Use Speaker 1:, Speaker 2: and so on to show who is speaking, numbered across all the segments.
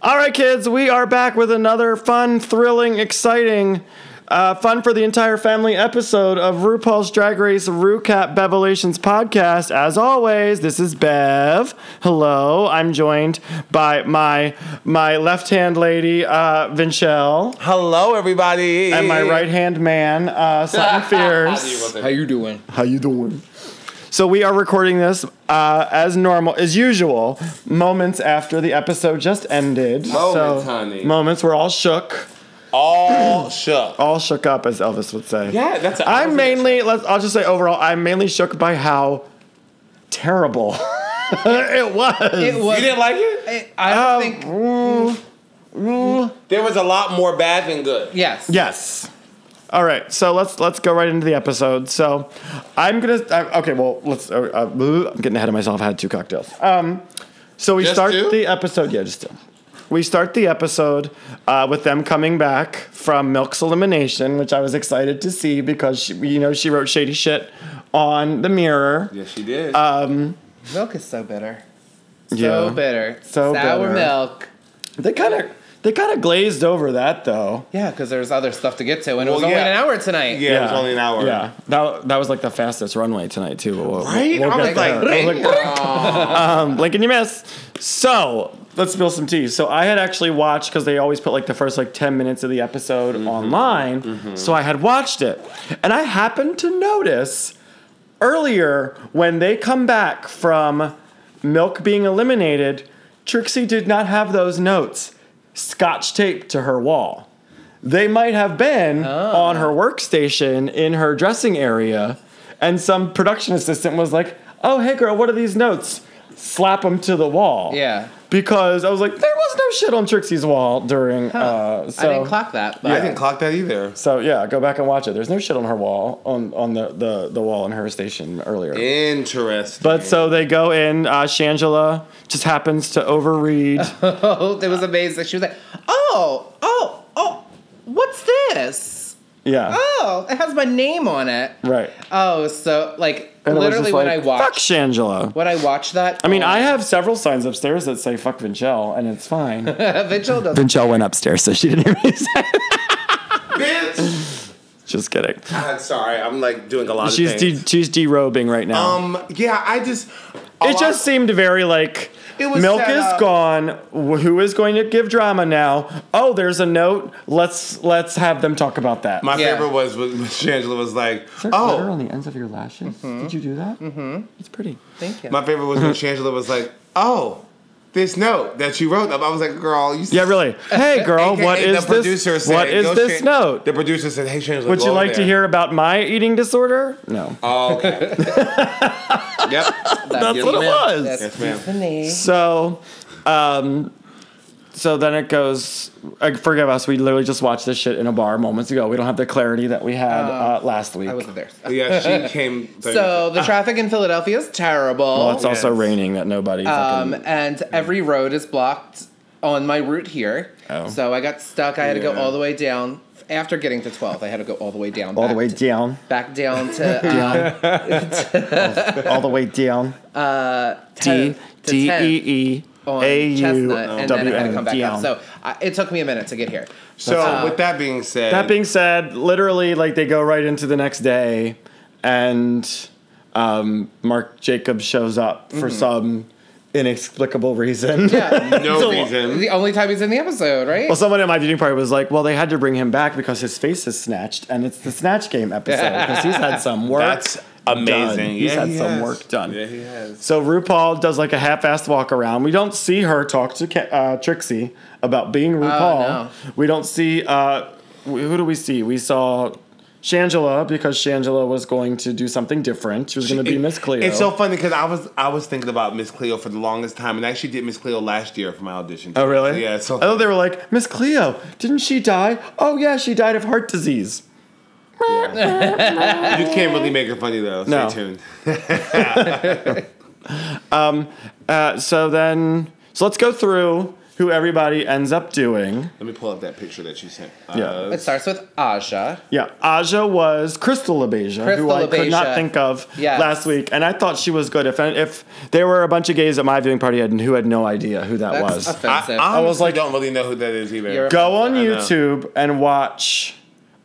Speaker 1: All right, kids, we are back with another fun, thrilling, exciting, uh, fun for the entire family episode of RuPaul's Drag Race RuCap Bevelations podcast. As always, this is Bev. Hello, I'm joined by my my left hand lady, uh, Vinchelle,
Speaker 2: Hello, everybody.
Speaker 1: and my right hand man, uh, Sutton Fierce.
Speaker 2: How you doing?
Speaker 1: How you doing? So we are recording this uh, as normal, as usual, moments after the episode just ended.
Speaker 3: Moments,
Speaker 1: so,
Speaker 3: honey.
Speaker 1: Moments. We're all shook,
Speaker 2: All shook.
Speaker 1: all shook up, as Elvis would say.
Speaker 3: Yeah, that's.
Speaker 1: I'm mainly. Let's. I'll just say overall, I'm mainly shook by how terrible it was.
Speaker 4: It was.
Speaker 2: You didn't like it?
Speaker 4: I- I don't
Speaker 1: Um,
Speaker 4: think.
Speaker 2: There was a lot more bad than good.
Speaker 4: Yes.
Speaker 1: Yes. All right, so let's let's go right into the episode. So, I'm gonna uh, okay. Well, let's. Uh, uh, I'm getting ahead of myself. I had two cocktails. Um, so we
Speaker 2: Just
Speaker 1: start
Speaker 2: two?
Speaker 1: the episode. Yeah, just two. We start the episode uh, with them coming back from Milk's elimination, which I was excited to see because she, you know she wrote shady shit on the mirror.
Speaker 3: Yes, she did.
Speaker 1: Uh,
Speaker 4: Milk is so bitter. So
Speaker 1: Yeah.
Speaker 4: bitter.
Speaker 1: So
Speaker 4: Sour
Speaker 1: bitter.
Speaker 4: milk.
Speaker 1: They kind of they kind of glazed over that though.
Speaker 4: Yeah, because there's other stuff to get to, and it was
Speaker 2: Well,
Speaker 4: only
Speaker 2: yeah.
Speaker 4: an hour tonight.
Speaker 2: Yeah, it was only an hour.
Speaker 1: Yeah, that, that was like the fastest runway tonight too. We'll-
Speaker 2: Right?
Speaker 1: we'll
Speaker 2: I
Speaker 1: get
Speaker 2: was like,
Speaker 1: there. I was like, um, blink and you miss. So let's spill some tea. So I had actually watched because they always put like the first like ten minutes of the episode online. So I had watched it, and I happened to notice earlier when they come back from Milk being eliminated, Trixie did not have those notes scotch taped to her wall. They might have been
Speaker 4: Oh.
Speaker 1: on her workstation in her dressing area, and some production assistant was like, Oh, hey girl, what are these notes? Slap them to the wall.
Speaker 4: Yeah.
Speaker 1: Because I was like, there was no shit on Trixie's wall during. Uh, so,
Speaker 4: I didn't clock that, but
Speaker 2: I didn't clock that either.
Speaker 1: so yeah, go back and watch it. There's no shit on her wall on on the the, the wall in her station earlier.
Speaker 2: Interesting.
Speaker 1: But so they go in. Uh, Shangela just happens to overread.
Speaker 4: oh, it was amazing. She was like, "Oh, oh, oh, what's this?
Speaker 1: Yeah,
Speaker 4: Oh, it has my name on it.
Speaker 1: right.
Speaker 4: Oh, so like
Speaker 1: And it was
Speaker 4: literally
Speaker 1: just
Speaker 4: when
Speaker 1: like,
Speaker 4: I watched
Speaker 1: fuck Shangela.
Speaker 4: when I watched that.
Speaker 1: I mean, I have several signs upstairs that say "fuck Vinchelle" and it's fine.
Speaker 4: Vigil does
Speaker 1: Vinchelle went upstairs, so she didn't hear me say.
Speaker 2: bitch.
Speaker 1: Just kidding.
Speaker 2: I'm sorry. I'm like doing a lot
Speaker 1: She's
Speaker 2: of
Speaker 1: de-
Speaker 2: things.
Speaker 1: she's derobing right now.
Speaker 2: um. Yeah. I just. a
Speaker 1: it
Speaker 2: lot-
Speaker 1: just seemed very like
Speaker 2: It was
Speaker 1: milk
Speaker 2: set
Speaker 1: is
Speaker 2: up.
Speaker 1: gone. Wh- Who is going to give drama now? Oh, there's a note. Let's let's have them talk about that.
Speaker 2: My
Speaker 4: Yeah.
Speaker 2: favorite was when Shangela was like,
Speaker 1: glitter
Speaker 2: "Oh."
Speaker 1: on the ends of your lashes. Did you do that? Mm-hmm. It's pretty.
Speaker 4: Thank you.
Speaker 2: My favorite was when Shangela was like, "Oh." This note that you wrote up, I was like, "Girl, you."
Speaker 1: Yeah, really. Hey, girl,
Speaker 2: AKA
Speaker 1: what
Speaker 2: the
Speaker 1: is
Speaker 2: producer
Speaker 1: this?
Speaker 2: said,
Speaker 1: What is
Speaker 2: "Go
Speaker 1: this
Speaker 2: Shan-"
Speaker 1: note?
Speaker 2: The producer said, "Hey, Shangela,
Speaker 1: Would
Speaker 2: go
Speaker 1: you
Speaker 2: over
Speaker 1: like to
Speaker 2: there."
Speaker 1: hear about my eating disorder? No.
Speaker 4: Uh,
Speaker 2: Oh, okay. yep.
Speaker 1: That's what it was.
Speaker 2: Yes, ma'am.
Speaker 4: the name.
Speaker 1: So, um, so then it goes. Uh, forgive us. We literally just watched this shit in a bar moments ago. We don't have the clarity that we had uh, last week.
Speaker 4: Oh, I wasn't there.
Speaker 2: Yeah, she came.
Speaker 4: So the traffic in Philadelphia is terrible.
Speaker 1: well, it's also
Speaker 2: yes.
Speaker 1: raining that nobody. fucking-
Speaker 4: "Oh, Um, and every road is blocked on my route here.
Speaker 1: Oh.
Speaker 4: So I got stuck. I had to go
Speaker 2: Yeah.
Speaker 4: all the way down. After getting to 12, I had to go all the way down.
Speaker 1: all the
Speaker 4: back
Speaker 1: way
Speaker 4: to-
Speaker 1: down.
Speaker 4: Back down to uh,
Speaker 1: all the way down. D
Speaker 4: to- to
Speaker 1: D
Speaker 4: 10
Speaker 1: E E
Speaker 4: on
Speaker 1: A U
Speaker 4: Chestnut, and then I had to
Speaker 1: W
Speaker 4: come back
Speaker 1: N
Speaker 4: up.
Speaker 1: down.
Speaker 4: So I, it took me a minute to get here.
Speaker 2: So with that being said,
Speaker 1: That being said, literally, like they go right into the next day, and um, Mark Jacobs shows up
Speaker 2: Mm-hmm.
Speaker 1: for some inexplicable reason.
Speaker 4: Yeah.
Speaker 2: no
Speaker 1: So-
Speaker 2: reason.
Speaker 4: the only time he's in the episode, right?
Speaker 1: Well, someone at my viewing party was like, "Well, they had to bring him back because his face is snatched, and it's the snatch game episode because he's had some work.
Speaker 2: That's amazing.
Speaker 1: Done. He's
Speaker 2: Yeah,
Speaker 1: had
Speaker 2: he
Speaker 1: some
Speaker 2: has.
Speaker 1: work done.
Speaker 2: Yeah, he has.
Speaker 1: So RuPaul does like a half-assed walk around. We don't see her talk to Ca- uh, Trixie about being RuPaul.
Speaker 4: no.
Speaker 1: We don't see. Uh, wh- who do we see? We saw. Shangela, because Shangela was going to do something different. She was going to be
Speaker 2: It-
Speaker 1: Miss Cleo.
Speaker 2: It's so funny because I was I was thinking about Miss Cleo for the longest time, and I actually did Miss Cleo last year for my audition.
Speaker 1: oh, really?
Speaker 2: Yeah. So
Speaker 1: I thought they were like, Miss Cleo, didn't she die? Oh, yeah, she died of heart disease.
Speaker 2: you can't really make her funny though. Stay
Speaker 1: No.
Speaker 2: tuned.
Speaker 1: Uh, so then so let's go through who everybody ends up doing.
Speaker 2: Let me pull up that picture that you sent.
Speaker 1: Yeah.
Speaker 2: Uh,
Speaker 4: It starts with Aja.
Speaker 1: Yeah, Aja was Crystal Labeja, who
Speaker 4: Crystal
Speaker 1: I could
Speaker 4: Labeja.
Speaker 1: not think of
Speaker 4: Yes.
Speaker 1: last week, and I thought she was good. If if there were a bunch of gays at my viewing party and who had no idea who that
Speaker 4: That's
Speaker 1: was,
Speaker 2: I,
Speaker 4: offensive.
Speaker 2: I was
Speaker 1: like-
Speaker 2: like, don't really know who that is either.
Speaker 4: You're-
Speaker 1: go on
Speaker 2: I know.
Speaker 1: YouTube and watch.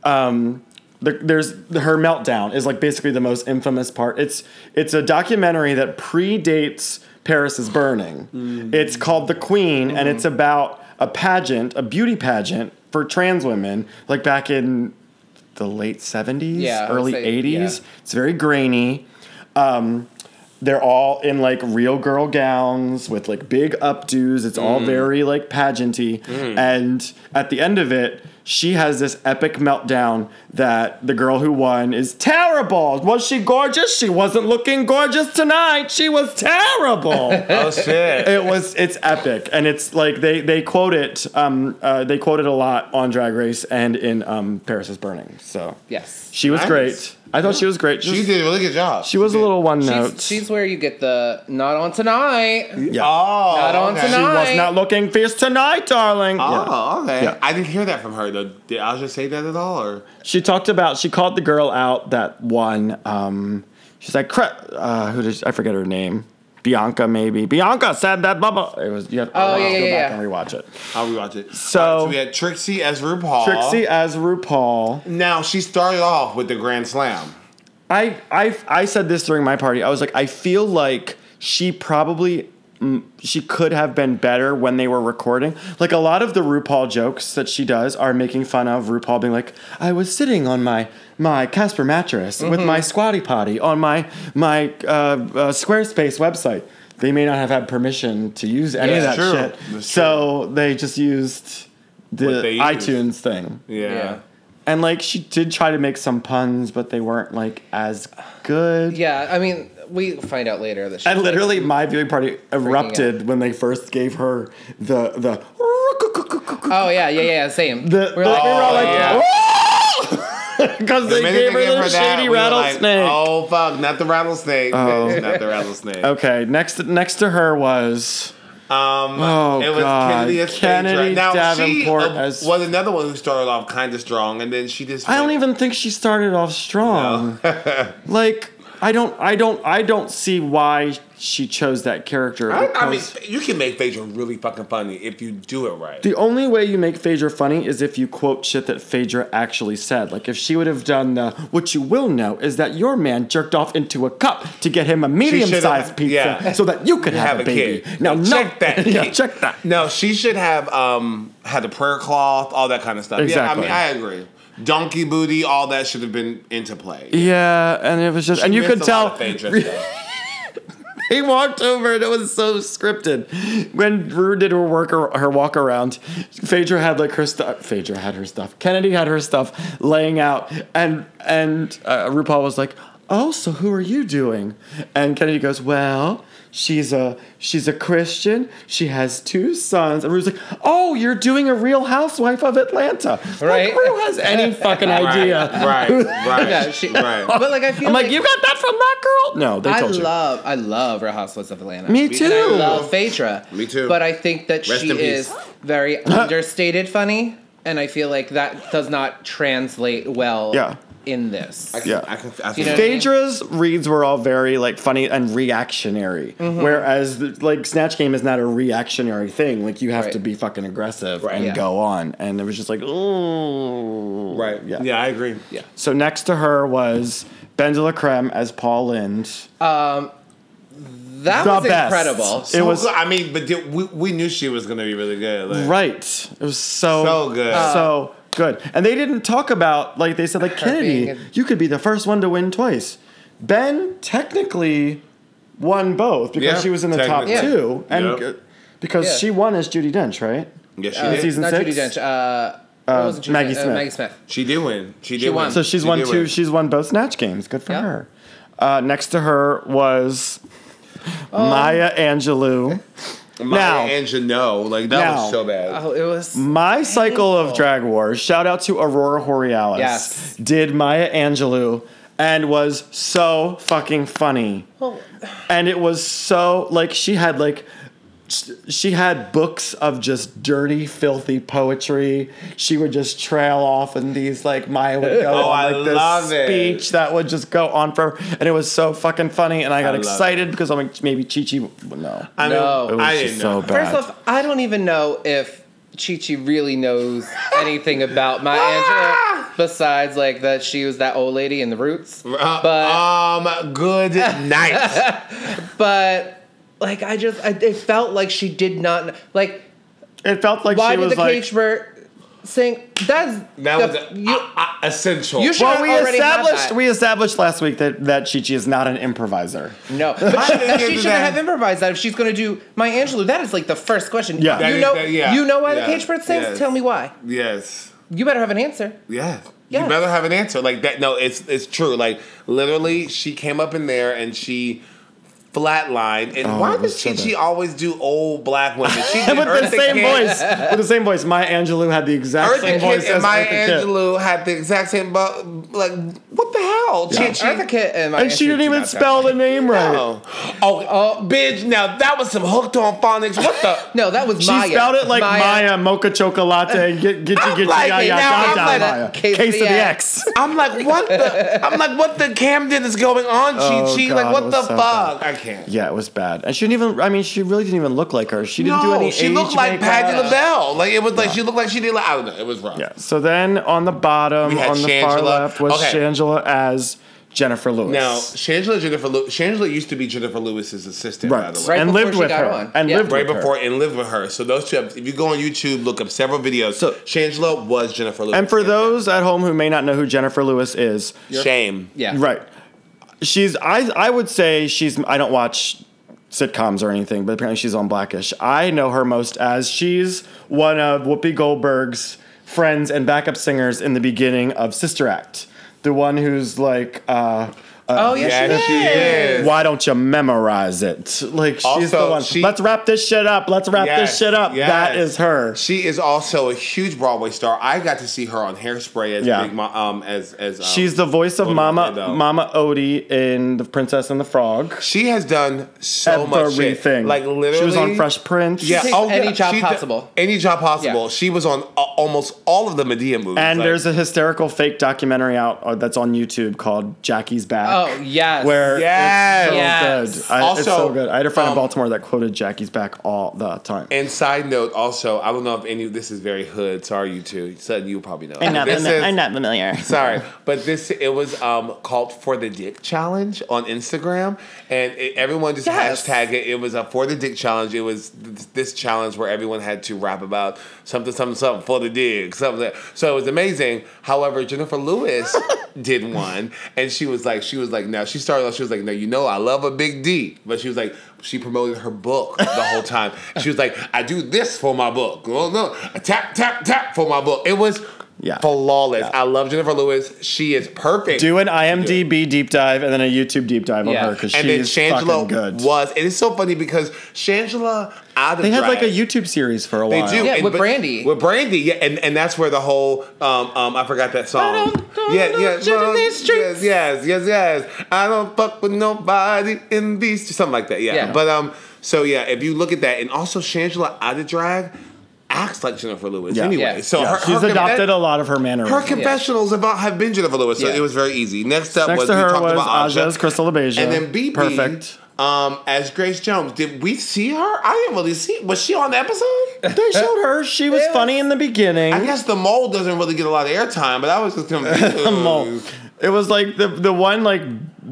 Speaker 1: Um, the, there's her meltdown is like basically the most infamous part. It's it's a documentary that predates Paris is Burning.
Speaker 2: Mm.
Speaker 4: Mm-hmm.
Speaker 1: It's called The Queen, and it's about a pageant, a beauty pageant for trans women, like back in the late 70s,
Speaker 4: Yeah, I would
Speaker 1: early
Speaker 4: say-
Speaker 1: 80s.
Speaker 4: yeah.
Speaker 1: It's very grainy. Um, they're all in like real girl gowns with like big updos. It's
Speaker 4: Mm-hmm.
Speaker 1: all very like pageanty.
Speaker 4: Mm.
Speaker 1: And at the end of it, she has this epic meltdown that the girl who won is terrible. Was she gorgeous? She wasn't looking gorgeous tonight. She was terrible.
Speaker 2: Oh shit.
Speaker 1: it was it's epic and it's like they they quote it um uh, they quote it a lot on drag race and in um paris is burning so
Speaker 4: yes.
Speaker 1: she was
Speaker 2: Nice.
Speaker 1: great i thought she was great she
Speaker 2: she
Speaker 1: was,
Speaker 2: did a really good job.
Speaker 1: she was a
Speaker 2: did.
Speaker 1: little one note
Speaker 4: She's, she's where you get the not on tonight.
Speaker 1: yeah.
Speaker 2: Oh,
Speaker 4: Not on
Speaker 2: okay.
Speaker 1: she
Speaker 4: tonight.
Speaker 1: was not looking fierce tonight darling Yeah.
Speaker 2: Oh, okay.
Speaker 1: Yeah.
Speaker 2: I didn't hear that from her though. Did Aja say that at all? Or
Speaker 1: she talked about she called the girl out that one um she's like "Cra- uh who did she, i forget her name bianca maybe bianca said that blah blah it was you have, I'll
Speaker 4: Oh, yeah,
Speaker 1: have to go
Speaker 4: yeah,
Speaker 1: back
Speaker 4: yeah.
Speaker 1: and rewatch it
Speaker 2: I'll rewatch it.
Speaker 1: So-
Speaker 2: All right, we had Trixie as RuPaul.
Speaker 1: trixie as rupaul
Speaker 2: Now she started off with the Grand Slam.
Speaker 1: I, I I said this during my party. I was like, I feel like she probably mm, she could have been better when they were recording. Like a lot of the RuPaul jokes that she does are making fun of RuPaul being like, I was sitting on my my Casper mattress with
Speaker 2: Mm-hmm.
Speaker 1: my squatty potty on my my uh, uh, Squarespace website. They may not have had permission to use any
Speaker 4: Yeah,
Speaker 1: of that
Speaker 2: true.
Speaker 1: shit,
Speaker 2: That's
Speaker 1: so they just used
Speaker 2: What
Speaker 1: the
Speaker 2: they
Speaker 1: iTunes thing.
Speaker 2: Yeah.
Speaker 4: Yeah.
Speaker 1: And like she did try to make some puns, but they weren't like as good.
Speaker 4: Yeah, I mean, we find out later that she
Speaker 1: And literally, my viewing party erupted when they first gave her the the.
Speaker 4: Oh yeah, yeah, yeah, same.
Speaker 1: The,
Speaker 4: We're
Speaker 1: the-
Speaker 4: like, "Oh,
Speaker 1: we were all like,
Speaker 2: yeah.
Speaker 1: because
Speaker 2: The
Speaker 1: they
Speaker 2: minute
Speaker 1: gave her the
Speaker 2: that,
Speaker 1: shady
Speaker 2: we were
Speaker 1: rattlesnake. Oh.
Speaker 2: Like, oh fuck! Not the rattlesnake. not the rattlesnake.
Speaker 1: Okay, next next to her was
Speaker 2: Um,
Speaker 1: Oh,
Speaker 2: it was
Speaker 1: God.
Speaker 2: Kennedy as
Speaker 1: Kennedy
Speaker 2: Phaedra. Now
Speaker 1: Davenport
Speaker 2: she uh,
Speaker 1: as-
Speaker 2: was another one who started off kind of strong, and then she just
Speaker 1: I don't
Speaker 2: went-
Speaker 1: even think she started off strong. like I don't I don't I don't see why she chose that character.
Speaker 2: I, I mean,
Speaker 1: because-
Speaker 2: you can make Phaedra really fucking funny if you do it right.
Speaker 1: The only way you make Phaedra funny is if you quote shit that Phaedra actually said. Like if she would have done the what you will know is that your man jerked off into a cup to get him a medium sized
Speaker 2: should've-
Speaker 1: pizza
Speaker 2: yeah.
Speaker 1: so that you could have, a baby.
Speaker 2: kid.
Speaker 1: Now
Speaker 2: Now check
Speaker 1: no,
Speaker 2: that.
Speaker 1: yeah, check that.
Speaker 2: No, she should have um had the prayer cloth, all that kind of stuff.
Speaker 1: Exactly.
Speaker 2: Yeah, I mean, I agree. Donkey booty, all that should have been into play.
Speaker 1: Yeah, and it was just and you
Speaker 2: Missed
Speaker 1: could
Speaker 2: a lot
Speaker 1: tell
Speaker 2: of Phaedra stuff.
Speaker 1: he walked over and it was so scripted. When Rue did her work her walk around, Phaedra had like her stuff. Phaedra had her stuff. Kennedy had her stuff laying out, and and uh, RuPaul was like, "Oh, so who are you doing?" And Kennedy goes, "Well." She's a she's a Christian. She has two sons. And Rue's like, "Oh, you're doing a Real Housewife of Atlanta,
Speaker 4: Right.
Speaker 1: Like, Rue has any fucking idea?
Speaker 2: Right, right,
Speaker 4: Yeah, she-
Speaker 2: right.
Speaker 4: but like I feel
Speaker 1: I'm
Speaker 4: like,
Speaker 1: like, you got that from that girl? No, they
Speaker 4: I
Speaker 1: told you.
Speaker 4: love, I love Real Housewives of Atlanta.
Speaker 1: Me
Speaker 4: And I
Speaker 1: too.
Speaker 4: love Phaedra.
Speaker 2: Me too.
Speaker 4: But I think that
Speaker 2: Rest
Speaker 4: she
Speaker 2: in peace.
Speaker 4: is very understated funny, and I feel like that does not translate well.
Speaker 1: Yeah.
Speaker 4: In this,
Speaker 2: I,
Speaker 1: Yeah.
Speaker 2: I, can- I,
Speaker 4: You
Speaker 2: think-
Speaker 4: know-
Speaker 1: Phaedra's reads were all very like funny and reactionary,
Speaker 4: Mm-hmm.
Speaker 1: whereas the, like Snatch Game is not a reactionary thing. Like you have
Speaker 4: Right.
Speaker 1: to be fucking aggressive
Speaker 2: Right.
Speaker 1: and
Speaker 4: Yeah.
Speaker 1: go on, and it was just like, ooh,
Speaker 2: right.
Speaker 1: yeah.
Speaker 2: Yeah. I agree.
Speaker 4: yeah.
Speaker 1: So next to her was Ben de la Creme as Paul Lind.
Speaker 4: That
Speaker 1: The
Speaker 4: was
Speaker 1: best.
Speaker 4: incredible.
Speaker 1: It
Speaker 2: So
Speaker 1: was-
Speaker 2: good. I mean, but did, we, we knew she was gonna be really good. Like,
Speaker 1: right. It was so
Speaker 2: So good.
Speaker 1: so good. And they didn't talk about like they said like Kennedy,
Speaker 4: being a-
Speaker 1: you could be the first one to win twice. Ben technically won both because
Speaker 2: Yeah,
Speaker 1: she was in the top
Speaker 2: technically.
Speaker 4: Yeah.
Speaker 1: two, and
Speaker 2: Yeah.
Speaker 1: because
Speaker 4: Yeah.
Speaker 1: she won as Judy Dench, right?
Speaker 2: Yeah, she
Speaker 1: Uh,
Speaker 2: did.
Speaker 1: season
Speaker 4: not
Speaker 1: six?
Speaker 4: Judy Dench. Uh, what was it, Judy
Speaker 1: Maggie
Speaker 4: Dench? Uh,
Speaker 1: Smith.
Speaker 4: Maggie Smith.
Speaker 2: She did win. She did
Speaker 4: won.
Speaker 2: win.
Speaker 1: So she's
Speaker 2: She
Speaker 1: won
Speaker 2: did
Speaker 1: two.
Speaker 2: win.
Speaker 1: She's won both snatch games. Good for
Speaker 4: Yeah.
Speaker 1: her. Uh, next to her was
Speaker 4: Oh.
Speaker 1: Maya Angelou.
Speaker 2: Maya
Speaker 1: now-
Speaker 2: and Janelle, like that
Speaker 1: Now-
Speaker 2: was so bad.
Speaker 4: Oh, it was.
Speaker 1: My cycle of
Speaker 4: Painful.
Speaker 1: drag wars. Shout out to Aurora Borealis.
Speaker 4: Yes.
Speaker 1: Did Maya Angelou and was so fucking funny.
Speaker 4: Oh,
Speaker 1: and it was so like she had like sh- she had books of just dirty, filthy poetry. She would just trail off, and these like Maya would go
Speaker 2: Oh, I
Speaker 1: on like this
Speaker 2: love it.
Speaker 1: speech that would just go on for, and it was so fucking funny. And I got
Speaker 2: I love
Speaker 1: excited because I'm like maybe Chi Chi. No,
Speaker 2: I mean,
Speaker 4: No. It was
Speaker 2: I
Speaker 1: just
Speaker 2: didn't
Speaker 1: so
Speaker 2: know.
Speaker 1: bad.
Speaker 4: First off, I don't even know if Chi Chi really knows anything about my Angela
Speaker 1: Ah!
Speaker 4: besides like that she was that old lady in the roots.
Speaker 2: Uh,
Speaker 4: but
Speaker 2: um, good night.
Speaker 4: but like I just I, it felt like she did not kn- like
Speaker 1: it felt like
Speaker 4: why
Speaker 1: she
Speaker 4: did
Speaker 1: was
Speaker 4: the
Speaker 1: like.
Speaker 4: cage bird sing that's
Speaker 2: That
Speaker 4: the-
Speaker 2: was uh,
Speaker 4: you,
Speaker 1: ah,
Speaker 2: uh, essential.
Speaker 4: You should-
Speaker 1: well, we
Speaker 4: already had
Speaker 1: established
Speaker 4: that.
Speaker 1: we established last week that that Chi Chi is not an improviser.
Speaker 4: no but
Speaker 2: didn't
Speaker 4: she,
Speaker 2: give
Speaker 4: she
Speaker 2: you
Speaker 4: should
Speaker 2: that.
Speaker 4: have improvised that if she's going to do my Angelou that is like the first question
Speaker 1: Yeah. That
Speaker 4: you
Speaker 2: is-
Speaker 4: know
Speaker 2: that- yeah.
Speaker 4: you know why
Speaker 2: Yeah.
Speaker 4: the cage bird sings
Speaker 2: Yes.
Speaker 4: tell me why
Speaker 2: yes.
Speaker 4: you better have an answer
Speaker 2: Yeah. You
Speaker 4: Yes.
Speaker 2: better have an answer. Like that no, it's it's true. Like literally she came up in there and she flatlined. And why
Speaker 1: it was
Speaker 2: does
Speaker 1: so
Speaker 2: she,
Speaker 1: bad.
Speaker 2: she always do old black women? She did
Speaker 1: with the
Speaker 2: Eartha
Speaker 1: same
Speaker 2: Kitt.
Speaker 1: voice. With the same voice. Maya Angelou had the exact
Speaker 2: Eartha
Speaker 1: same voice
Speaker 2: Kitt and
Speaker 1: as
Speaker 2: Maya
Speaker 1: Eartha Kitt.
Speaker 2: Angelou had the exact same bu- like what the hell?
Speaker 1: Yeah.
Speaker 2: She, she,
Speaker 4: Eartha Kitt and my
Speaker 1: And she
Speaker 4: Angelou
Speaker 1: didn't
Speaker 4: do
Speaker 1: even
Speaker 4: not sound
Speaker 1: spell
Speaker 4: like-
Speaker 1: the name right.
Speaker 2: Oh. oh, oh, bitch! Now that was some hooked on phonics. What the?
Speaker 4: no that was
Speaker 1: She
Speaker 4: Maya
Speaker 1: spelled it like Maya, mocha chocolate, get get you get you
Speaker 2: like
Speaker 1: ya
Speaker 2: it.
Speaker 1: ya
Speaker 2: Now
Speaker 1: da
Speaker 2: I'm
Speaker 1: da
Speaker 2: like,
Speaker 1: Maya.
Speaker 4: case
Speaker 1: Case,
Speaker 4: of
Speaker 1: of
Speaker 4: the
Speaker 1: the X.
Speaker 2: I'm like, what the? I'm like, what the Camden is going on? Chi
Speaker 1: Oh,
Speaker 2: Chi,
Speaker 1: God,
Speaker 2: like,
Speaker 1: it
Speaker 2: what
Speaker 1: was
Speaker 2: the
Speaker 1: so
Speaker 2: fuck? I can't.
Speaker 1: Yeah, it was bad. And she didn't even I mean she really didn't even look like her. She didn't
Speaker 2: no,
Speaker 1: do any
Speaker 2: she
Speaker 1: age
Speaker 2: looked like
Speaker 1: makeup.
Speaker 2: Patti LaBelle. Like it was like she looked like she did. Like, I don't know. It was wrong.
Speaker 1: Yeah. So then on the bottom
Speaker 2: We had
Speaker 1: on the far
Speaker 2: Shangela.
Speaker 1: left was
Speaker 2: Okay.
Speaker 1: Shangela as Jennifer Lewis.
Speaker 2: Now, Shangela Jennifer Lew- Shangela used to be Jennifer Lewis's assistant, by
Speaker 1: right.
Speaker 2: the way.
Speaker 4: Right
Speaker 1: and
Speaker 4: before
Speaker 1: lived
Speaker 4: she
Speaker 1: with
Speaker 4: got
Speaker 1: her.
Speaker 4: on.
Speaker 1: And
Speaker 4: Yeah.
Speaker 1: lived
Speaker 2: Right
Speaker 1: with her.
Speaker 2: before and lived with her. So those two, have, if you go on YouTube, look up several videos. So Shangela was Jennifer Lewis.
Speaker 1: And for those at home who may not know who Jennifer Lewis is,
Speaker 2: shame.
Speaker 4: yeah
Speaker 1: Right. She's I I would say she's I don't watch sitcoms or anything, but apparently she's on Blackish. I know her most as she's one of Whoopi Goldberg's friends and backup singers in the beginning of Sister Act. The one who's like uh,
Speaker 4: oh yes
Speaker 2: Yeah,
Speaker 4: she
Speaker 2: she
Speaker 4: did
Speaker 2: is.
Speaker 1: why don't you memorize it? Like she's
Speaker 2: Also,
Speaker 1: the one.
Speaker 2: she-
Speaker 1: Let's wrap this shit up. Let's wrap
Speaker 2: Yes,
Speaker 1: this shit up. That
Speaker 2: yes.
Speaker 1: is her.
Speaker 2: She is also a huge Broadway star. I got to see her on Hairspray as
Speaker 1: Yeah.
Speaker 2: Big Mom. Um, as as um,
Speaker 1: She's the voice of
Speaker 2: Little
Speaker 1: Mama
Speaker 2: Orlando.
Speaker 1: Mama Odie in The Princess and the Frog.
Speaker 2: She has done so much shit.
Speaker 1: Everything.
Speaker 2: Like literally,
Speaker 1: she was on Fresh Prince.
Speaker 2: Yeah,
Speaker 4: takes any job
Speaker 2: She d-
Speaker 4: possible.
Speaker 2: any job possible.
Speaker 4: Yeah.
Speaker 2: She was on a- almost all of the Medea movies.
Speaker 1: And
Speaker 2: Like,
Speaker 1: there's a hysterical fake documentary out uh, that's on YouTube called Jackie's Back.
Speaker 4: oh yes
Speaker 1: Where
Speaker 2: Yes.
Speaker 1: it's so
Speaker 4: Yes.
Speaker 1: good. I, it's so
Speaker 2: Also,
Speaker 1: good. I had a friend
Speaker 2: um,
Speaker 1: in Baltimore that quoted Jackie's Back all the time.
Speaker 2: And side note, also, I don't know if any. This is very hood. Sorry, you two. Sutton, you probably know. This is-
Speaker 1: familiar.
Speaker 2: Sorry, but this it was um, called for the dick challenge on Instagram, and it, everyone just
Speaker 4: Yes.
Speaker 2: hashtag it. It was a for the dick challenge. It was th- this challenge where everyone had to rap about something, something, something for the dick, something. like- So it was amazing. However, Jennifer Lewis did one, and she was like, she was like, now she started off. She was like, now you know I love a big D, but she was like. She promoted her book the whole time. She was like, "I do this for my book. Oh no, tap tap tap for my book." It was
Speaker 1: Yeah.
Speaker 2: flawless. I love Jennifer Lewis. She is perfect.
Speaker 1: Do an IMDb deep dive and then a YouTube deep dive
Speaker 4: Yeah.
Speaker 1: on her because
Speaker 2: and then
Speaker 1: she's fucking
Speaker 2: Shangela
Speaker 1: good.
Speaker 2: was, and it's so funny because Shangela out of
Speaker 1: They had
Speaker 2: drag,
Speaker 1: like a YouTube series for a
Speaker 2: They
Speaker 1: while.
Speaker 2: do
Speaker 4: Yeah,
Speaker 2: and-
Speaker 4: with
Speaker 2: but-
Speaker 4: Brandy.
Speaker 2: With Brandy, yeah, and, and that's where the whole um um I forgot that song.
Speaker 4: don't- don't
Speaker 2: yeah,
Speaker 4: know
Speaker 2: yeah,
Speaker 4: shit in these streets.
Speaker 2: yes, yes, yes, yes. I don't fuck with nobody in these something like that. Yeah.
Speaker 4: Yeah.
Speaker 2: but um, so yeah, if you look at that, and also Shangela out of drag acts like Jennifer Lewis
Speaker 1: Yeah.
Speaker 2: anyway.
Speaker 4: Yeah.
Speaker 2: So
Speaker 1: Yeah,
Speaker 2: her,
Speaker 1: she's
Speaker 2: her
Speaker 1: adopted a lot of her
Speaker 2: Her
Speaker 1: mannerisms.
Speaker 2: confessionals about have been Jennifer Lewis, so
Speaker 4: Yeah.
Speaker 2: it was very easy. Next up
Speaker 1: Next
Speaker 2: was
Speaker 1: to
Speaker 2: we
Speaker 1: her
Speaker 2: talked
Speaker 1: was
Speaker 2: about Aja,
Speaker 1: Aja's Crystal Abasia.
Speaker 2: and then BB
Speaker 1: Perfect.
Speaker 2: um, as Grace Jones. Did we see her? I didn't really see. Was she on the episode?
Speaker 1: They showed her. She was
Speaker 4: Yeah.
Speaker 1: funny in the beginning.
Speaker 2: I guess the mole doesn't really get a lot of airtime, but I was just confused. the
Speaker 1: mole. It was like the the one like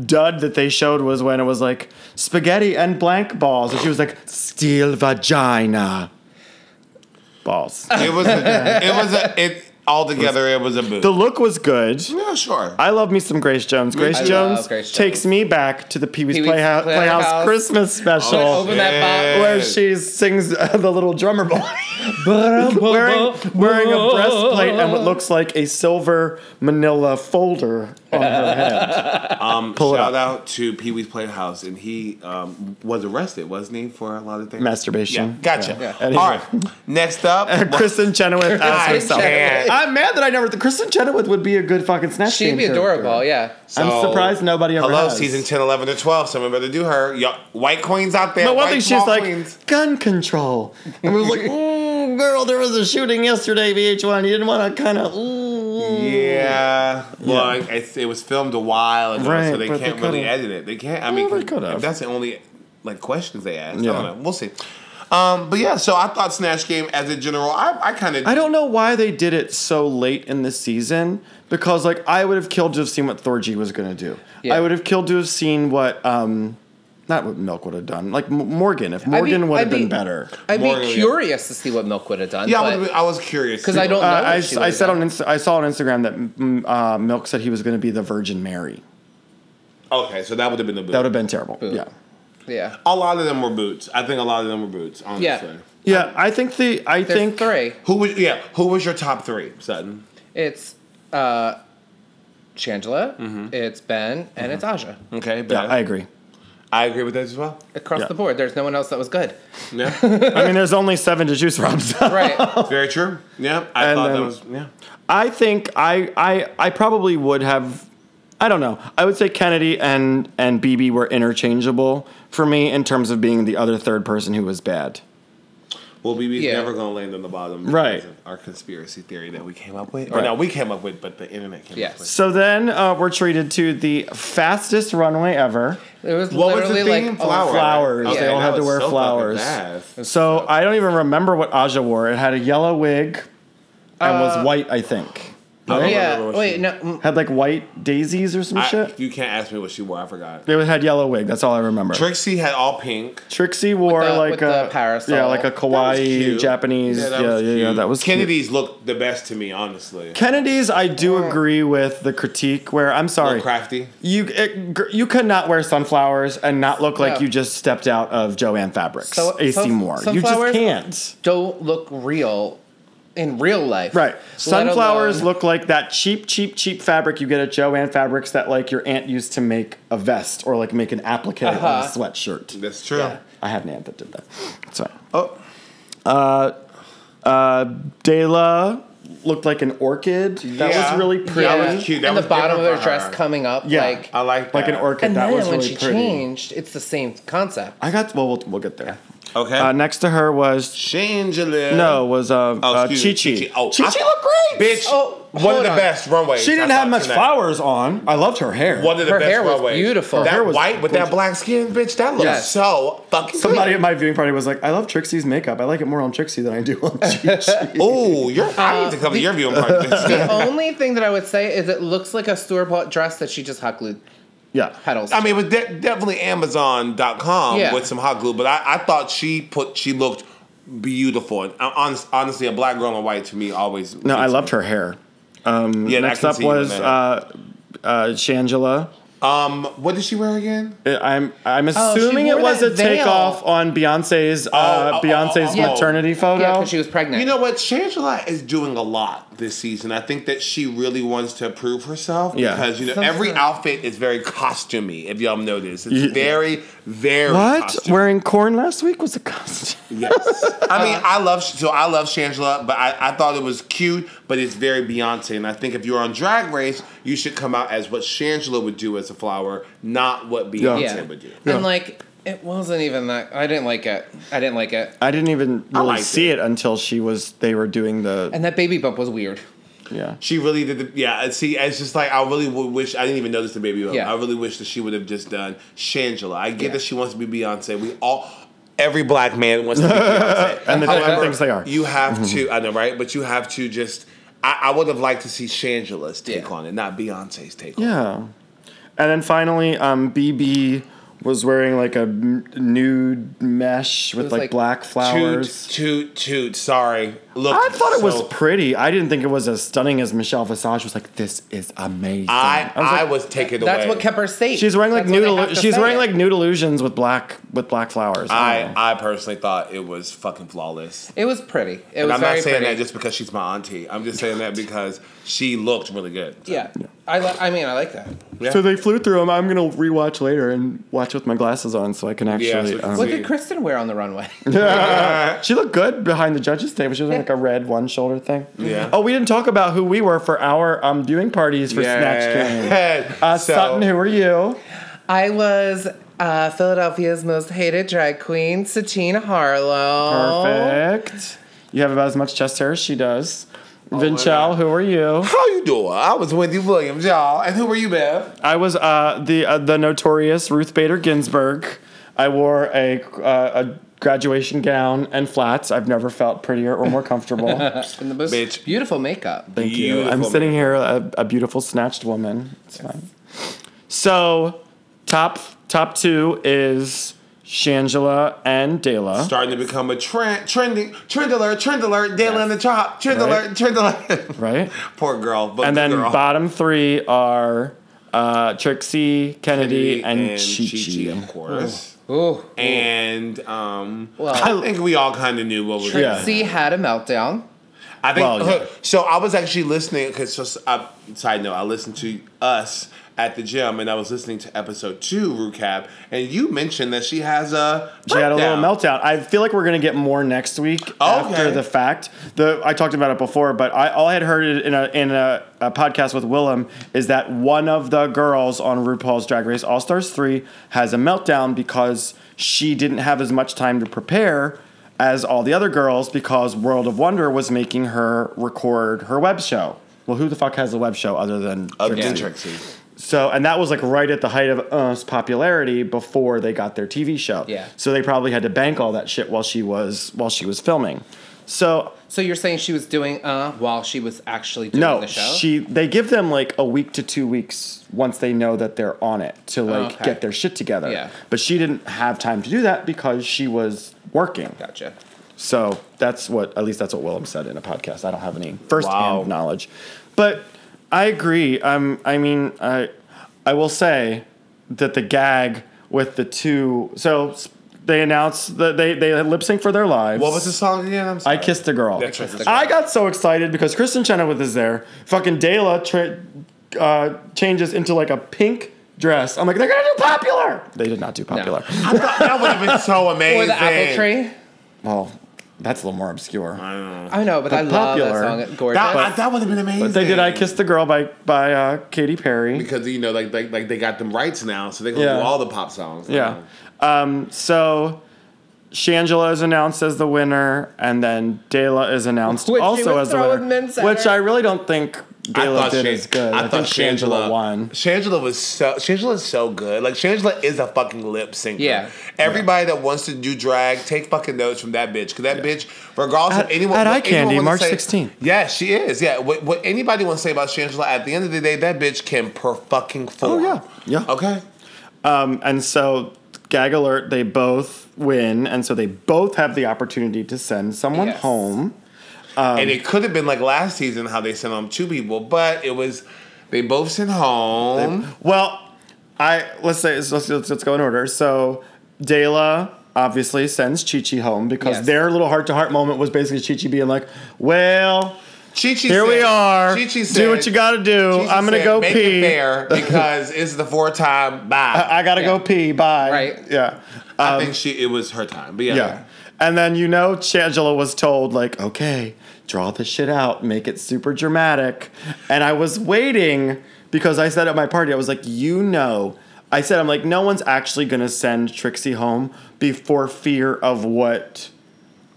Speaker 1: dud that they showed was when it was like spaghetti and blank balls, and she was like steel vagina balls.
Speaker 2: It was. A, it was a. It all together. It was a boo.
Speaker 1: the look was good.
Speaker 2: yeah, sure.
Speaker 1: I love me some Grace Jones. Grace,
Speaker 4: I love
Speaker 1: Jones,
Speaker 4: Grace Jones.
Speaker 1: takes me back to the Pee Wee's
Speaker 4: Pee-wee's
Speaker 1: Playhouse,
Speaker 4: Playhouse.
Speaker 1: Playhouse Christmas special.
Speaker 4: open that box
Speaker 2: Yeah.
Speaker 1: where she sings uh, the little drummer boy wearing, wearing a breastplate and what looks like a silver manila folder on her head.
Speaker 2: um,
Speaker 1: pull it
Speaker 2: shout
Speaker 1: up.
Speaker 2: out to Pee Wee's Playhouse, and he um, was arrested, wasn't he, for a lot of things?
Speaker 1: Masturbation.
Speaker 2: Yeah, gotcha.
Speaker 1: Yeah.
Speaker 2: All right. Next up,
Speaker 1: Kristen Chenoweth as
Speaker 2: I
Speaker 1: herself.
Speaker 4: Chenoweth.
Speaker 2: can't.
Speaker 1: I'm mad that I never. Kristen Chenoweth would be a good fucking Snatch
Speaker 4: She'd
Speaker 1: Game
Speaker 4: be
Speaker 1: character.
Speaker 4: adorable, yeah.
Speaker 1: I'm
Speaker 2: So,
Speaker 1: surprised nobody ever
Speaker 2: Hello,
Speaker 1: has.
Speaker 2: season 10, 11, or 12. Someone better do her. Y'all, white queens out there.
Speaker 1: But one
Speaker 2: white
Speaker 1: thing she's
Speaker 2: small
Speaker 1: like
Speaker 2: queens.
Speaker 1: gun control, and we was like, "Ooh, girl, there was a shooting yesterday, VH1. You didn't want to kind of,
Speaker 2: Mm.
Speaker 1: ooh."
Speaker 2: Yeah. Well, I- it's, it was filmed a while ago,
Speaker 1: Right,
Speaker 2: so they
Speaker 1: but they
Speaker 2: can't really
Speaker 1: could've-
Speaker 2: edit it. They can't. I mean,
Speaker 1: they
Speaker 2: if
Speaker 1: could've.
Speaker 2: that's the only like questions they asked. I
Speaker 1: Yeah.
Speaker 2: don't know. We'll see. Um, but yeah, so I thought Snatch Game as a general, I, I kind of
Speaker 1: I don't know why they did it so late in the season because, like, I would have killed to have seen what Thorgy was going to do.
Speaker 4: Yeah.
Speaker 1: I would have killed to have seen what, um, not what Milk would have done. Like M- Morgan, if
Speaker 4: be-
Speaker 1: Morgan would have
Speaker 4: I'd be-
Speaker 1: been better.
Speaker 4: I'd be
Speaker 2: Morgan, yeah.
Speaker 4: curious to see what Milk would have done.
Speaker 2: Yeah, I,
Speaker 4: but-
Speaker 2: was, I was curious
Speaker 4: 'Cause
Speaker 2: too.
Speaker 4: I don't-
Speaker 1: Uh,
Speaker 4: know what
Speaker 1: I,
Speaker 4: she
Speaker 1: I
Speaker 4: would've
Speaker 1: said on
Speaker 4: done.
Speaker 1: Insta- I saw on Instagram that mm, uh, Milk said he was going to be the Virgin Mary.
Speaker 2: Okay, so that would have been the boot.
Speaker 1: That would have been terrible. Yeah.
Speaker 4: yeah.
Speaker 2: a lot of them were boots. I think a lot of them were boots. Honestly.
Speaker 4: Yeah.
Speaker 1: Yeah, I think the I
Speaker 4: There's
Speaker 1: think
Speaker 4: three.
Speaker 2: Who was yeah? Who was your top three, Sutton?
Speaker 4: It's uh, Shangela,
Speaker 2: Mm-hmm.
Speaker 4: it's Ben, and it's Aja.
Speaker 2: Okay,
Speaker 1: Yeah,
Speaker 2: Ben.
Speaker 1: I agree.
Speaker 2: I agree with that as well.
Speaker 4: Across
Speaker 1: Yeah.
Speaker 4: the board, there's no one else that was good.
Speaker 2: Yeah,
Speaker 1: I mean, there's only seven to choose from. so.
Speaker 4: Right.
Speaker 2: very true. Yeah, I
Speaker 1: And
Speaker 2: thought that
Speaker 1: then-
Speaker 2: was yeah.
Speaker 1: I think I I I probably would have. I don't know. I would say Kennedy and and BB were interchangeable for me in terms of being the other third person who was bad.
Speaker 2: Well, BB's
Speaker 4: Yeah.
Speaker 2: never gonna land on the bottom. because
Speaker 1: Right.
Speaker 2: of Our conspiracy theory that we came up with. Or
Speaker 1: Right.
Speaker 2: no, we came up with, but the internet came
Speaker 4: Yes.
Speaker 2: up with.
Speaker 1: So then uh, we're treated to the fastest runway ever.
Speaker 4: It was
Speaker 2: What was
Speaker 4: literally
Speaker 2: the theme?
Speaker 4: like oh, a-
Speaker 2: flowers.
Speaker 1: flowers.
Speaker 4: They all
Speaker 2: that
Speaker 1: had to
Speaker 2: was
Speaker 1: wear
Speaker 2: so fucking
Speaker 1: flowers.
Speaker 2: fast.
Speaker 1: So I don't even remember what Aja wore. It had a yellow wig and was white, I think.
Speaker 2: I don't remember
Speaker 4: Yeah.
Speaker 2: what
Speaker 4: Wait.
Speaker 2: she-
Speaker 4: No. mm,
Speaker 1: Had like white daisies or some
Speaker 2: I-
Speaker 1: shit.
Speaker 2: you can't ask me what she wore. I forgot.
Speaker 1: It had yellow wig. That's all I remember.
Speaker 2: Trixie had all pink.
Speaker 1: Trixie wore
Speaker 4: With the-
Speaker 1: like
Speaker 4: with
Speaker 1: a
Speaker 4: the parasol.
Speaker 1: yeah, like a
Speaker 4: That
Speaker 2: That was
Speaker 1: kawaii
Speaker 2: cute.
Speaker 1: Japanese. Yeah, yeah, yeah,
Speaker 2: cute.
Speaker 1: That was cute.
Speaker 2: Kennedy's looked the best to me, honestly.
Speaker 1: Kennedy's, I do agree with the critique where I'm sorry,
Speaker 2: Little crafty.
Speaker 1: you it, gr- you could not wear sunflowers and not look like
Speaker 4: No.
Speaker 1: you just stepped out of Joanne Fabrics,
Speaker 4: So-
Speaker 1: AC
Speaker 4: sun-
Speaker 1: Moore. You just
Speaker 4: sunflowers-
Speaker 1: can't.
Speaker 4: Don't look real in real life.
Speaker 1: Right. Sunflowers
Speaker 4: alone-
Speaker 1: look like that cheap, cheap, cheap fabric you get at Joanne Fabrics that like your aunt used to make a vest or like make an applique on a
Speaker 4: Uh-huh.
Speaker 1: sweatshirt.
Speaker 2: That's true.
Speaker 4: Yeah.
Speaker 1: I had an aunt that did that. Sorry.
Speaker 2: Oh,
Speaker 1: Dela uh, looked like an orchid. That
Speaker 2: Yeah.
Speaker 1: was really
Speaker 2: Yeah.
Speaker 1: pretty.
Speaker 2: That was cute. That
Speaker 4: and
Speaker 2: was
Speaker 4: the bottom of
Speaker 2: different
Speaker 4: their
Speaker 2: for her.
Speaker 4: dress coming up.
Speaker 1: Yeah.
Speaker 4: Like,
Speaker 2: I like
Speaker 1: Like an
Speaker 2: that.
Speaker 1: orchid.
Speaker 4: and
Speaker 1: that
Speaker 4: then
Speaker 1: was
Speaker 4: when
Speaker 1: really
Speaker 4: she
Speaker 1: pretty.
Speaker 4: changed, it's the same concept.
Speaker 1: I got well, we'll we'll get there.
Speaker 2: Okay.
Speaker 1: Uh, next to her was
Speaker 2: Shangela.
Speaker 1: no was uh, uh, Chi Chi.
Speaker 2: excuse me, Chi-Chi. Oh,
Speaker 1: Chi
Speaker 2: I-
Speaker 1: Chi looked great.
Speaker 2: Bitch,
Speaker 4: Oh,
Speaker 2: one of
Speaker 4: hold
Speaker 2: the
Speaker 4: on.
Speaker 2: best runways.
Speaker 1: She didn't
Speaker 2: I
Speaker 1: have
Speaker 2: saw
Speaker 1: much
Speaker 2: tonight.
Speaker 1: flowers on. I loved her hair.
Speaker 2: One of the
Speaker 4: Her
Speaker 2: best
Speaker 4: hair was
Speaker 2: runways.
Speaker 4: beautiful. Her
Speaker 2: That
Speaker 1: hair was
Speaker 2: white with that
Speaker 1: gorgeous.
Speaker 2: black skin, bitch, that looks
Speaker 4: Yes.
Speaker 2: so fucking
Speaker 1: Somebody at my viewing party was like, "I love Trixie's makeup. I like it more on Trixie than I do on Chi Chi."
Speaker 2: Oh, you're. I need to come to your viewing party. bitch.
Speaker 4: Uh, the only thing that I would say is it looks like a store bought dress that she just hot glued
Speaker 1: yeah,
Speaker 4: petals.
Speaker 2: I mean, it was de- definitely Amazon.com
Speaker 4: Yeah.
Speaker 2: with some hot glue, but I, I thought she put she looked beautiful. And uh, honest, honestly, a black girl in white to me always.
Speaker 1: no, I loved her hair.
Speaker 2: Yeah, and I
Speaker 1: Next
Speaker 2: can
Speaker 1: up
Speaker 2: see you
Speaker 1: was
Speaker 2: in that.
Speaker 1: uh, uh, Shangela. Uh,
Speaker 2: um, what did she wear again?
Speaker 1: I'm I'm
Speaker 4: Oh, she
Speaker 1: assuming
Speaker 4: wore
Speaker 1: it was a
Speaker 4: that veil.
Speaker 1: takeoff on Beyonce's
Speaker 2: Oh,
Speaker 1: uh,
Speaker 2: oh, oh,
Speaker 1: Beyonce's
Speaker 2: oh, oh.
Speaker 1: maternity photo.
Speaker 4: yeah, because she was pregnant.
Speaker 2: You know what? Shangela is doing a lot this season. I think that she really wants to prove herself
Speaker 1: Yeah.
Speaker 2: because you know
Speaker 4: So
Speaker 2: every
Speaker 4: good.
Speaker 2: outfit is very costumey. If y'all notice, it's
Speaker 1: Yeah.
Speaker 2: very, very
Speaker 1: what
Speaker 2: costumey.
Speaker 1: wearing corn last week was a costume.
Speaker 2: Yes. I mean, I love so I love Shangela, but I, I thought it was cute, but it's very Beyonce. And I think if you're on Drag Race, you should come out as what Shangela would do as a flower, not what Beyonce
Speaker 1: Yeah.
Speaker 4: yeah.
Speaker 2: would do.
Speaker 1: Yeah.
Speaker 4: And like, it wasn't even that. I didn't like it. I didn't like it.
Speaker 1: I didn't even really
Speaker 2: liked
Speaker 1: see it. until she was. They were doing the
Speaker 4: And that baby bump was weird.
Speaker 1: yeah.
Speaker 2: She really did. The, yeah, and see, it's just like I really would wish. I didn't even notice the baby. bump.
Speaker 4: Yeah.
Speaker 2: I really wish that she would have just done Shangela. I get
Speaker 4: Yeah.
Speaker 2: that she wants to be Beyonce. We all, every black man wants to be Beyonce,
Speaker 1: And the
Speaker 4: However,
Speaker 1: different things they are. Mm-hmm.
Speaker 2: You have to. I know, right? But you have to just. I, I would have liked to see Shangela's take
Speaker 4: Yeah.
Speaker 2: on it, not Beyonce's take. on it.
Speaker 1: yeah. And then finally, um, BB was wearing like a m- nude mesh with
Speaker 4: was
Speaker 1: like,
Speaker 4: like
Speaker 1: black flowers.
Speaker 2: Toot, toot, toot. Sorry. Look,
Speaker 1: I thought it was
Speaker 2: so-
Speaker 1: pretty. I didn't think it was as stunning as Michelle Visage was like, this is amazing.
Speaker 2: I,
Speaker 1: was
Speaker 2: I
Speaker 1: like,
Speaker 2: was taken away.
Speaker 4: That's what kept her safe.
Speaker 1: She's wearing like
Speaker 4: That's what
Speaker 1: nude.
Speaker 4: they
Speaker 1: illu-
Speaker 4: have to
Speaker 1: she's
Speaker 4: say.
Speaker 1: wearing like nude illusions with black with black flowers.
Speaker 2: I,
Speaker 1: don't know.
Speaker 2: I personally thought it was fucking flawless.
Speaker 4: It was pretty. It was
Speaker 2: And I'm not
Speaker 4: very
Speaker 2: saying
Speaker 4: pretty.
Speaker 2: that just because she's my auntie. I'm just saying that because she looked really good.
Speaker 4: yeah. I, li- I mean, I like that.
Speaker 2: Yeah.
Speaker 1: So they flew through them. I'm gonna rewatch later and watch watch it with my glasses on so I can
Speaker 2: so
Speaker 1: actually.
Speaker 2: we can
Speaker 1: um,
Speaker 4: What
Speaker 2: see.
Speaker 4: did Kristen wear on the runway?
Speaker 1: She looked good behind the judges' table. She was wearing like a red one shoulder thing.
Speaker 2: Yeah.
Speaker 1: Oh, we didn't talk about who we were for our um, viewing parties for Snatch Game. Uh, Sutton, who are you?
Speaker 4: I was uh, Philadelphia's most hated drag queen, Satine Harlow.
Speaker 1: Perfect. You have about as much chest hair as she does. Vincel,
Speaker 2: God.
Speaker 1: who are you?
Speaker 2: How you doing? I was Wendy Williams, y'all. And who were you, Bev?
Speaker 1: I was uh, the uh, the notorious Ruth Bader Ginsburg. I wore a uh, a graduation gown and flats. I've never felt prettier or more comfortable.
Speaker 4: And the most
Speaker 2: Bitch.
Speaker 4: beautiful makeup.
Speaker 1: Thank you. I'm
Speaker 2: Beautiful
Speaker 1: sitting here a, a beautiful snatched woman. It's fine. So top top two is Shangela and Dela.
Speaker 2: Starting to become a trend, trending, trend alert, trend alert, Dale and the Chop, trend
Speaker 1: Right.
Speaker 2: alert, trend alert.
Speaker 1: right?
Speaker 2: Poor girl. But
Speaker 1: And
Speaker 2: good
Speaker 1: then
Speaker 2: girl.
Speaker 1: bottom three are uh, Trixie, Kennedy, and, Chi
Speaker 2: of
Speaker 1: Chi.
Speaker 2: course.
Speaker 4: Ooh.
Speaker 2: And um,
Speaker 4: Well-
Speaker 2: I think we all kind of knew what was.
Speaker 1: Yeah.
Speaker 4: Trixie had a meltdown.
Speaker 2: I think.
Speaker 1: Well, yeah.
Speaker 2: So I was actually listening because just I, side note, I listened to us at the gym, and I was listening to episode two recap, and you mentioned that she has a
Speaker 1: She had a little
Speaker 2: meltdown.
Speaker 1: meltdown. I feel like we're gonna get more next week after
Speaker 2: Okay.
Speaker 1: the fact. The I talked about it before, but I all I had heard in a in a, a podcast with Willem is that one of the girls on RuPaul's Drag Race All Stars three has a meltdown because she didn't have as much time to prepare as all the other girls because World of Wonder was making her record her web show. Well, who the fuck has a web show other than
Speaker 2: Other than
Speaker 1: Trixie?
Speaker 2: Trixie.
Speaker 1: So, and that was like right at the height of Uh's popularity before they got their TV show.
Speaker 4: Yeah.
Speaker 1: So they probably had to bank all that shit while she was while she was filming. So
Speaker 4: So you're saying she was doing uh while she was actually doing
Speaker 1: no,
Speaker 4: the show?
Speaker 1: she they give them like a week to two weeks once they know that they're on it to like
Speaker 4: Oh, Okay.
Speaker 1: get their shit together.
Speaker 4: Yeah.
Speaker 1: But she didn't have time to do that because she was working.
Speaker 4: gotcha.
Speaker 1: So that's what, at least that's what Willem said in a podcast. I don't have any firsthand
Speaker 2: Wow.
Speaker 1: knowledge, but I agree. Um, I mean, I, I will say that the gag with the two. So s- they announced that they they had lip sync for their lives.
Speaker 2: What was the song again? I'm
Speaker 1: I
Speaker 2: sorry.
Speaker 1: kissed a girl.
Speaker 2: That's right.
Speaker 1: I got so excited because Kristen Chenoweth is there. Fucking Dela tra- uh, changes into like a pink dress. I'm like, they're gonna do popular. They did not do popular.
Speaker 2: I thought that would have been so amazing.
Speaker 4: Or the apple tree.
Speaker 1: Well, that's a little more obscure.
Speaker 4: I know, but, I love
Speaker 1: popular.
Speaker 4: that song. It's gorgeous.
Speaker 2: That, that would have been amazing.
Speaker 1: They did "I Kissed the Girl" by by uh, Katy Perry.
Speaker 2: because you know, like, like like they got them rights now, so they can
Speaker 1: Yeah.
Speaker 2: do all the pop songs.
Speaker 1: Yeah. Um, so Shangela is announced as the winner, and then Dela is announced
Speaker 4: Which she
Speaker 1: also
Speaker 4: was
Speaker 1: as the winner,
Speaker 4: throwing mints at
Speaker 1: which
Speaker 4: her.
Speaker 1: I really don't think Dela did
Speaker 2: Shan-
Speaker 1: as good. I, think Shangela won.
Speaker 2: Shangela was so Shangela is so good. Like Shangela is a fucking lip syncer.
Speaker 4: Yeah.
Speaker 2: Everybody that wants to do drag, take fucking notes from that bitch. Cause that bitch, regardless
Speaker 1: At-
Speaker 2: of anyone,
Speaker 1: at
Speaker 2: what
Speaker 1: Eye
Speaker 2: anyone
Speaker 1: Candy,
Speaker 2: wanna
Speaker 1: March
Speaker 2: say-
Speaker 1: 16th.
Speaker 2: Yeah, she is. Yeah. What, what anybody wants to say about Shangela, at the end of the day, that bitch can per fucking
Speaker 1: Oh,
Speaker 2: form.
Speaker 1: yeah. Yeah.
Speaker 2: Okay.
Speaker 1: Um, and so gag alert, they both win, and so they both have the opportunity to send someone
Speaker 4: Yes.
Speaker 1: home. Um,
Speaker 2: and it could have been like last season how they sent home two people, but it was they both sent home.
Speaker 1: Well, I let's say let's, let's, let's go in order. So Dela obviously sends Chi Chi home because
Speaker 4: Yes.
Speaker 1: their little heart to heart moment was basically Chi Chi being like, "Well,
Speaker 2: Chi Chi
Speaker 1: here we are.
Speaker 2: Chi Chi
Speaker 1: do what you got to do. I'm gonna go
Speaker 2: make
Speaker 1: pee. Uh,
Speaker 2: It fair because it's the four time bye. I,
Speaker 1: I gotta go
Speaker 4: Yeah.
Speaker 1: pee. Bye.
Speaker 4: Right.
Speaker 1: Yeah.
Speaker 2: think she it was her time, but yeah.
Speaker 1: um, Yeah. And then you know Shangela was told like, okay, draw this shit out, make it super dramatic. And I was waiting because I said at my party, I was like, you know, I said I'm like, no one's actually gonna send Trixie home before fear of what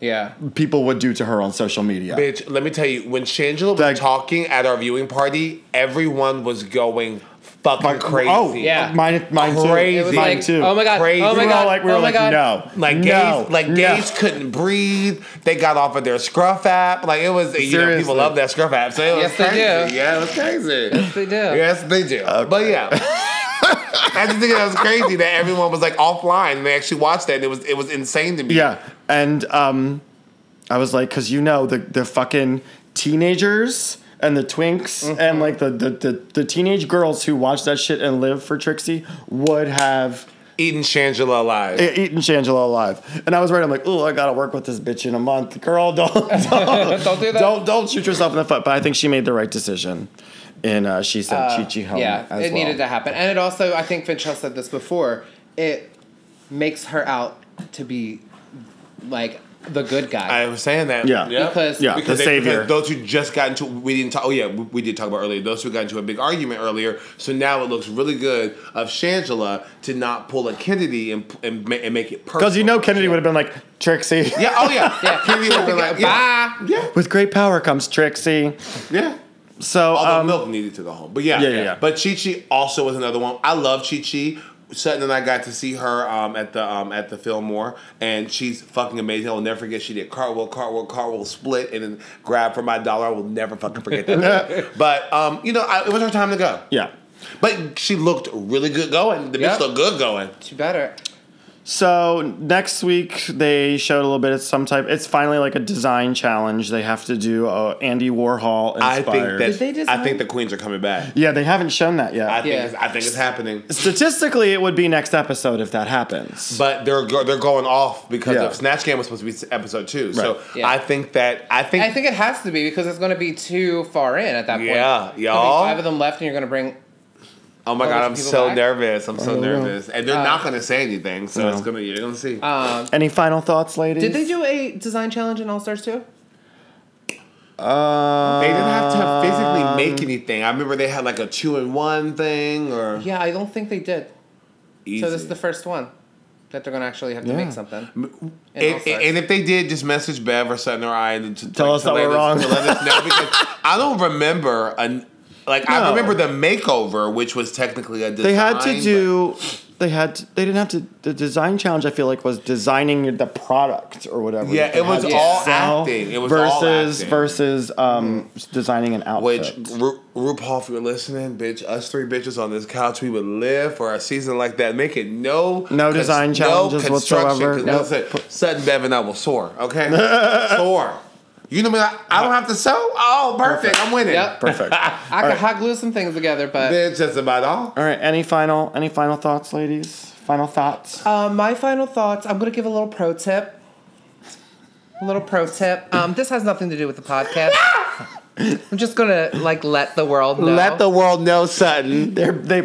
Speaker 4: yeah.
Speaker 1: people would do to her on social media.
Speaker 2: Bitch, let me tell you, when Shangela was
Speaker 1: Like-
Speaker 2: talking at our viewing party, everyone was going fucking
Speaker 1: Like,
Speaker 2: crazy.
Speaker 1: Oh,
Speaker 4: Yeah.
Speaker 1: Mine, mine too.
Speaker 2: Crazy.
Speaker 4: It was
Speaker 1: Mine
Speaker 4: like,
Speaker 1: too.
Speaker 4: oh my god,
Speaker 2: Crazy.
Speaker 4: oh my
Speaker 1: We were
Speaker 2: We
Speaker 1: all
Speaker 4: god,
Speaker 1: like, we
Speaker 4: oh
Speaker 1: were
Speaker 4: my
Speaker 1: like,
Speaker 4: god.
Speaker 1: no,
Speaker 2: Like gays,
Speaker 1: no,
Speaker 2: like
Speaker 1: no.
Speaker 2: gays couldn't breathe. They got off of their scruff app. Like it was, you know,
Speaker 1: Seriously.
Speaker 2: people love that scruff app. So it was
Speaker 4: Yes, they
Speaker 2: crazy.
Speaker 4: do.
Speaker 2: Yeah, it was crazy.
Speaker 4: They do.
Speaker 2: Yes, they do. But yeah. I just think that was crazy that everyone was like offline and they actually watched that and it was it was insane to me.
Speaker 1: Yeah, and um, I was like, because you know the the fucking teenagers and the twinks
Speaker 2: Mm-hmm.
Speaker 1: and like the, the the the teenage girls who watch that shit and live for Trixie would have
Speaker 2: Eating Shangela alive.
Speaker 1: e- eaten Shangela alive. And I was right. I'm like, oh, I gotta work with this bitch in a month, girl. Don't don't
Speaker 4: Don't do that.
Speaker 1: don't, don't shoot yourself in the foot. But I think she made the right decision. And uh, she sent Chi Chi home.
Speaker 4: yeah,
Speaker 1: as
Speaker 4: it
Speaker 1: well.
Speaker 4: needed to happen, and it also I think Vinchel said this before. it makes her out to be like the good guy.
Speaker 2: I was saying that.
Speaker 1: Yeah.
Speaker 2: Yep.
Speaker 4: Because- Yeah,
Speaker 2: because
Speaker 1: the
Speaker 2: they-
Speaker 1: savior.
Speaker 2: because those who just got into we didn't talk. Oh yeah, we, we did talk about earlier. Those who got into a big argument earlier. So now it looks really good of Shangela to not pull a Kennedy and and, ma- and make it personal.
Speaker 1: Because you know Kennedy would have been like, Trixie.
Speaker 2: Yeah. Oh yeah.
Speaker 4: Yeah.
Speaker 2: Kennedy would have been like, yeah,
Speaker 4: Bye.
Speaker 2: yeah,
Speaker 1: With great power comes Trixie.
Speaker 2: yeah.
Speaker 1: So
Speaker 2: Although
Speaker 1: um,
Speaker 2: Milk needed to go home, but yeah,
Speaker 1: Yeah, yeah, yeah.
Speaker 2: But Chi Chi also was another one. I love Chi Chi. Sutton and I got to see her um, at the um, at the Fillmore, and she's fucking amazing. I will never forget she did cartwheel, cartwheel, cartwheel, split, and then grab for my dollar. I will never fucking forget that. but um, you know, I, it was her time to go.
Speaker 1: yeah.
Speaker 2: But she looked really good going. The
Speaker 4: Yeah.
Speaker 2: bitch looked good going.
Speaker 4: She better.
Speaker 1: So next week they showed a little bit. It's some type. It's finally like a design challenge. They have to do uh, Andy Warhol
Speaker 2: I
Speaker 1: inspired.
Speaker 2: think that
Speaker 4: Did they design-
Speaker 2: I think the queens are coming back.
Speaker 1: Yeah, they haven't shown that yet.
Speaker 2: I think
Speaker 4: Yeah.
Speaker 2: it's, I think it's happening.
Speaker 1: Statistically, it would be next episode if that happens.
Speaker 2: But they're go- they're going off because
Speaker 1: Yeah.
Speaker 2: of Snatch Game was supposed to be episode two. So
Speaker 1: Right.
Speaker 4: Yeah.
Speaker 2: I think that I think
Speaker 4: I think it has to be because it's going to be too far in at that point.
Speaker 2: Yeah,
Speaker 4: There'll be
Speaker 2: y'all.
Speaker 4: Five of them left, and you're going to bring.
Speaker 2: Oh my
Speaker 4: Oh,
Speaker 2: god,
Speaker 4: there's
Speaker 2: I'm
Speaker 4: people
Speaker 2: so
Speaker 4: back? Uh,
Speaker 2: nervous. I'm so
Speaker 1: don't know.
Speaker 2: nervous. And they're not gonna say anything, so it's gonna you're gonna see.
Speaker 4: Um,
Speaker 1: Any final thoughts, ladies?
Speaker 4: did they do a design challenge in All Stars too?
Speaker 1: Uh,
Speaker 2: they didn't have to
Speaker 1: Um,
Speaker 2: physically make anything. I remember they had like a two in one thing or
Speaker 4: Yeah, I don't think they did.
Speaker 2: easy. Mm,
Speaker 4: So this is the first one that they're going to actually have to
Speaker 1: Yeah.
Speaker 4: make something. in
Speaker 2: and,
Speaker 4: All-Stars.
Speaker 2: and if they did, just message Bev or Sutton or I and to,
Speaker 1: Tell us
Speaker 2: to
Speaker 1: that
Speaker 2: let
Speaker 1: we're wrong.
Speaker 2: to let us know because I don't remember an like I
Speaker 1: No.
Speaker 2: remember the makeover, which was technically a design.
Speaker 1: They had to
Speaker 2: but-
Speaker 1: do. They had. To, they didn't have to. The design challenge, I feel like, was designing the product or whatever.
Speaker 2: Yeah,
Speaker 1: They
Speaker 2: it was
Speaker 1: had to
Speaker 2: all
Speaker 1: sell
Speaker 2: acting. It was all
Speaker 1: versus
Speaker 2: acting.
Speaker 1: versus um, designing an
Speaker 2: Which
Speaker 1: outfit.
Speaker 2: Ru- RuPaul, if you're listening, bitch, us three bitches on this couch, we would live for a season like that. Make it no
Speaker 1: No design challenges whatsoever.
Speaker 2: 'cause
Speaker 1: Nope.
Speaker 2: listen, Sutton Bev and I will soar. Okay, soar. You know what I mean? I, I don't have to sew. Oh, perfect. I'm winning.
Speaker 4: Yep.
Speaker 1: Perfect.
Speaker 4: I could hot glue some things together, but
Speaker 2: Bitch, that's about all.
Speaker 1: all right. Any final any final thoughts, ladies? Final thoughts.
Speaker 4: Um, my final thoughts. I'm gonna give a little pro tip. A little pro tip. Um, this has nothing to do with the podcast. I'm just gonna like let the world know.
Speaker 2: world know, Sutton.
Speaker 1: They're, they.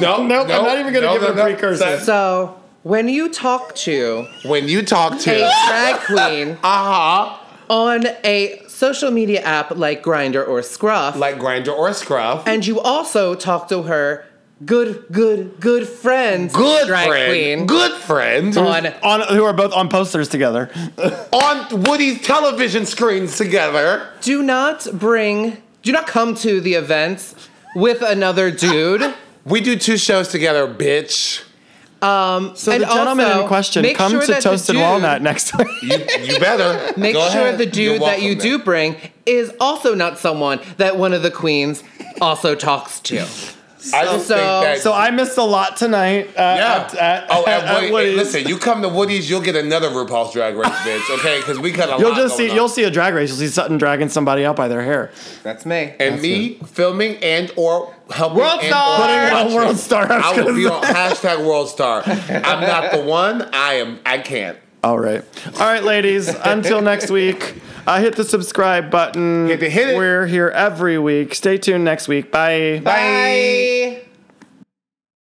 Speaker 2: No,
Speaker 1: Nope, I'm not even gonna give it a precursor.
Speaker 4: so when you talk to
Speaker 2: When you talk
Speaker 4: a
Speaker 2: to,
Speaker 4: drag queen
Speaker 2: uh huh,
Speaker 4: on a social media app like Grinder or Scruff,
Speaker 2: like Grinder or Scruff,
Speaker 4: and you also talk to her good, good, good friends,
Speaker 2: good
Speaker 4: drag
Speaker 2: friend,
Speaker 4: queen
Speaker 2: good friend,
Speaker 4: on
Speaker 1: On, who are both on posters together.
Speaker 2: on Woody's television screens together.
Speaker 4: do not bring do not come to the events with another dude
Speaker 2: We do two shows together, bitch.
Speaker 4: um
Speaker 1: So the gentleman in question come to Toasted Walnut next time.
Speaker 2: You, you better
Speaker 4: make
Speaker 2: Go
Speaker 4: sure
Speaker 2: ahead.
Speaker 4: the
Speaker 2: You're
Speaker 4: dude that you
Speaker 2: welcome
Speaker 4: do
Speaker 2: there.
Speaker 4: bring is also not someone that one of the queens also talks to
Speaker 2: I just
Speaker 4: So-
Speaker 2: think that.
Speaker 1: So I missed a lot tonight. Uh,
Speaker 2: yeah.
Speaker 1: At, at,
Speaker 2: oh,
Speaker 1: at,
Speaker 2: and wait, wait,
Speaker 1: Woody's.
Speaker 2: listen. You come to Woody's, you'll get another RuPaul's Drag Race, bitch. Okay, because we got a
Speaker 1: You'll
Speaker 2: lot.
Speaker 1: just see
Speaker 2: going on.
Speaker 1: you'll see a drag race. You'll see Sutton dragging somebody out by their hair.
Speaker 4: that's me
Speaker 2: and me filming and or helping
Speaker 4: World
Speaker 2: and
Speaker 4: star!
Speaker 2: or
Speaker 4: Putting it on
Speaker 2: watching.
Speaker 1: World Star, I was
Speaker 2: I will
Speaker 1: gonna
Speaker 2: be on
Speaker 1: say.
Speaker 2: hashtag World Star. I'm not the one. I am. I can't.
Speaker 1: All right, all right, ladies. until next week, uh, hit the subscribe button.
Speaker 2: Hit it, hit it.
Speaker 1: We're here every week. Stay tuned next week. Bye.
Speaker 4: bye.